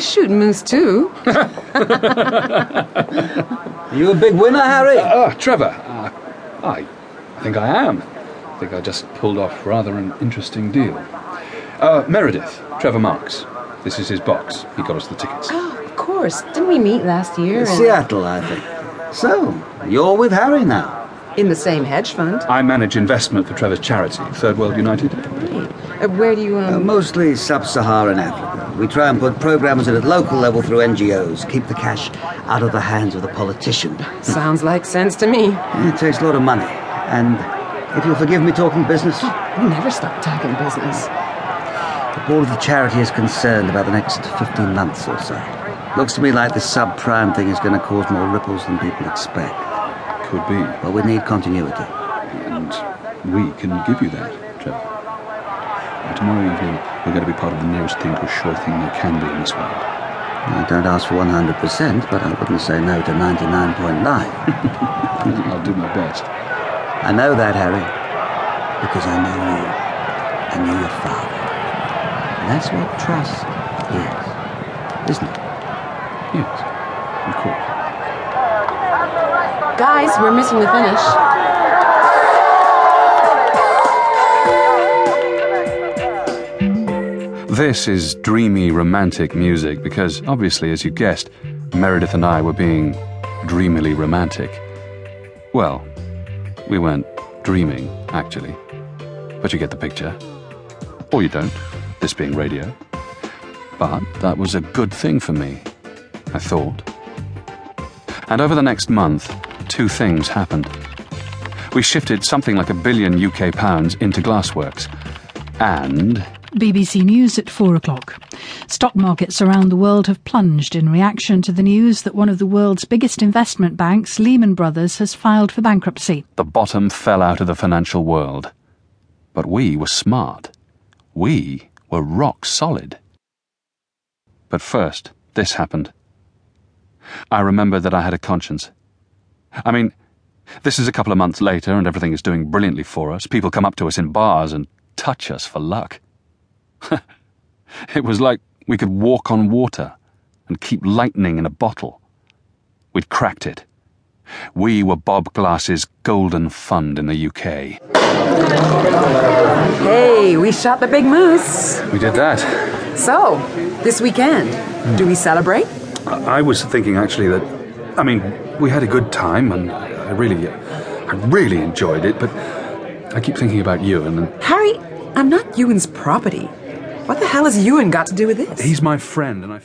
should move too. You a big winner, Harry? Ah, Trevor. Uh, I, I think I am. I think I just pulled off rather an interesting deal. Uh, Meredith, Trevor Marks. This is his box. He got us the tickets. Oh, of course. Didn't we meet last year? and- Seattle, I think. So, you're with Harry now. In the same hedge fund. I manage investment for Trevor's charity, Third World United. Uh, where do you, Uh, um... mostly sub-Saharan Africa. We try and put programs in at local level through NGOs, keep the cash out of the hands of the politician. Um, Sounds like sense to me. It takes a lot of money. And if you'll forgive me talking business, You never stop talking business. The board of the charity is concerned about the next 15 months or so. Looks to me like this subprime thing is going to cause more ripples than people expect. Could be. But we need continuity. And we can give you that, Trevor. Now, tomorrow evening, we're going to be part of the nearest thing to a sure thing there can be in this world. I don't ask for 100%, but I wouldn't say no to 99.9. I'll do my best. I know that, Harry, because I know you. I know your father. And that's what trust is, isn't it? Yes, of course. Guys, we're missing the finish. This is dreamy, romantic music because, obviously, as you guessed, Meredith and I were being dreamily romantic. Well, we weren't dreaming, actually. But you get the picture. Or you don't, this being radio. But that was a good thing for me, I thought. And over the next month, two things happened. We shifted something like a billion UK pounds into Glassworks. And BBC News at 4 o'clock. Stock markets around the world have plunged in reaction to the news that one of the world's biggest investment banks, Lehman Brothers, has filed for bankruptcy. the bottom fell out of the financial world. But we were smart. We were rock solid. But first, this happened. I remembered that I had a conscience. I mean, this is a couple of months later and everything is doing brilliantly for us. People come up to us in bars and touch us for luck. it was like we could walk on water and keep lightning in a bottle. We'd cracked it. We were Bob Glass's golden fund in the UK. Hey, we shot the big moose. We did that. So, this weekend, do we celebrate? I I was thinking actually that, I mean, we had a good time and I really, I really enjoyed it, but I keep thinking about Ewan and Harry, I'm not Ewan's property. What the hell has Ewan got to do with this? he's my friend and I.